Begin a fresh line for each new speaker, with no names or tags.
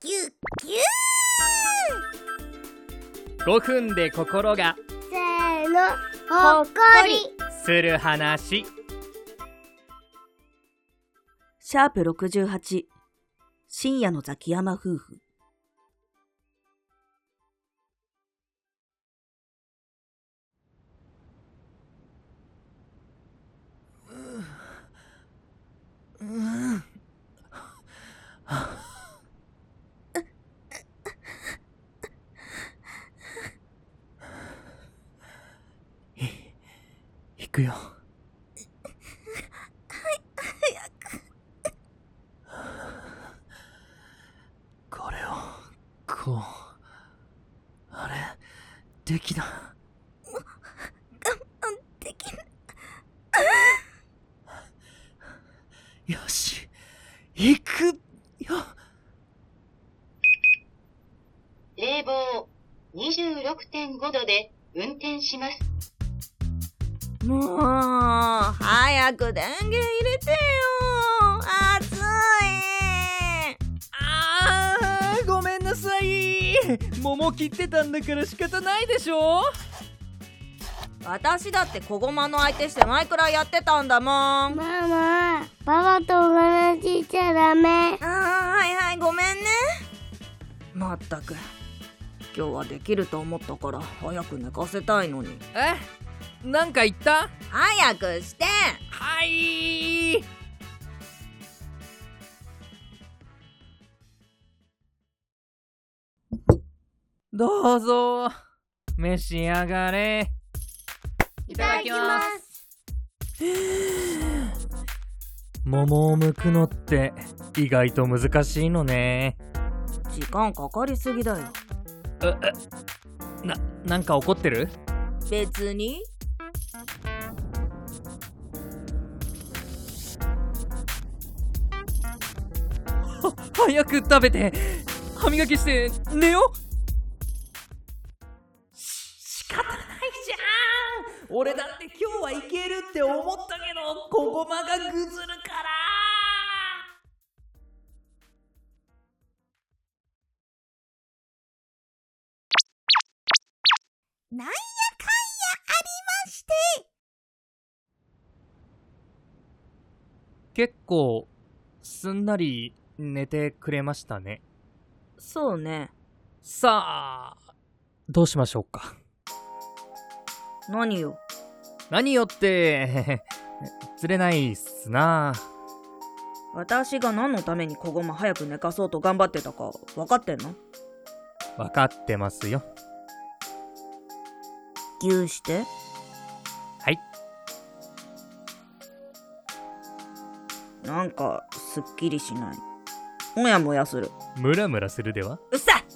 ぎゅっぎゅっぎゅっ
5分で心が
せーのほっこり
する話
シャープ68、深夜のザキヤマ夫婦。
行くよこれをこうあれできない
できない
よし行くよ
冷房26.5度で運転します。
もう、早く電源入れてよ。暑い。
あーごめんなさい桃切ってたんだから仕方ないでしょ
私だって小駒の相手して前くらいやってたんだもん。あー
ママパパとお話しちゃダメ
はいはい、ごめんね。まったく。今日はできると思ったから早く寝かせたいのに。
えなんか言った
早くして
はいどうぞ召し上がれ
い
ただきます
桃を剥くのって意外と難しいのね
時間かかりすぎだよ。
ななんか怒ってる
別に
早く食べて歯磨きして寝よし仕方ないじゃん俺だって今日はいけるって思ったけどここまがぐずるから
なんやかんやありまして
結構すんなり寝てくれましたね
そうね。
さあどうしましょうか
何よ。
何よって 釣れないっすな
私が何のために小駒早く寝かそうと頑張ってたか分かってんの
分かってますよ
牛して
はい
なんかすっきりしない。もやもやする。
ムラムラするでは
うっさい